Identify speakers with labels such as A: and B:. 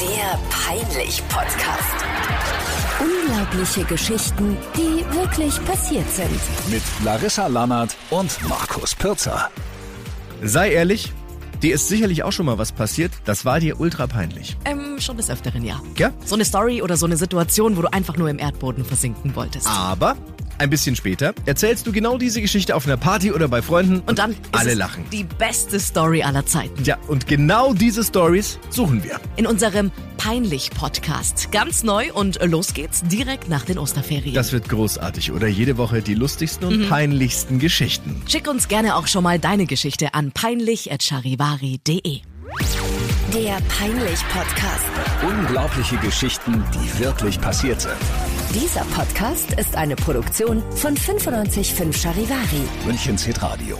A: Der Peinlich-Podcast. Unglaubliche Geschichten, die wirklich passiert sind.
B: Mit Larissa Lannert und Markus Pirzer.
C: Sei ehrlich, dir ist sicherlich auch schon mal was passiert. Das war dir ultra peinlich.
D: Ähm, schon des Öfteren, ja.
C: Gell?
D: So eine Story oder so eine Situation, wo du einfach nur im Erdboden versinken wolltest.
C: Aber ein bisschen später erzählst du genau diese Geschichte auf einer Party oder bei Freunden
D: Und dann ist
C: alle
D: es
C: lachen.
D: die beste Story aller Zeiten.
C: Ja, und genau diese Stories suchen wir.
D: In unserem Peinlich-Podcast. Ganz neu und äh, los geht's direkt nach den Osterferien.
C: Das wird großartig, oder? Jede Woche die lustigsten
D: Mhm.
C: und peinlichsten Geschichten.
D: Schick uns gerne auch schon mal deine Geschichte an peinlich.charivari.de.
A: Der Peinlich-Podcast.
B: Unglaubliche Geschichten, die wirklich passiert sind.
A: Dieser Podcast ist eine Produktion von 955 Charivari.
B: Münchens Hitradio.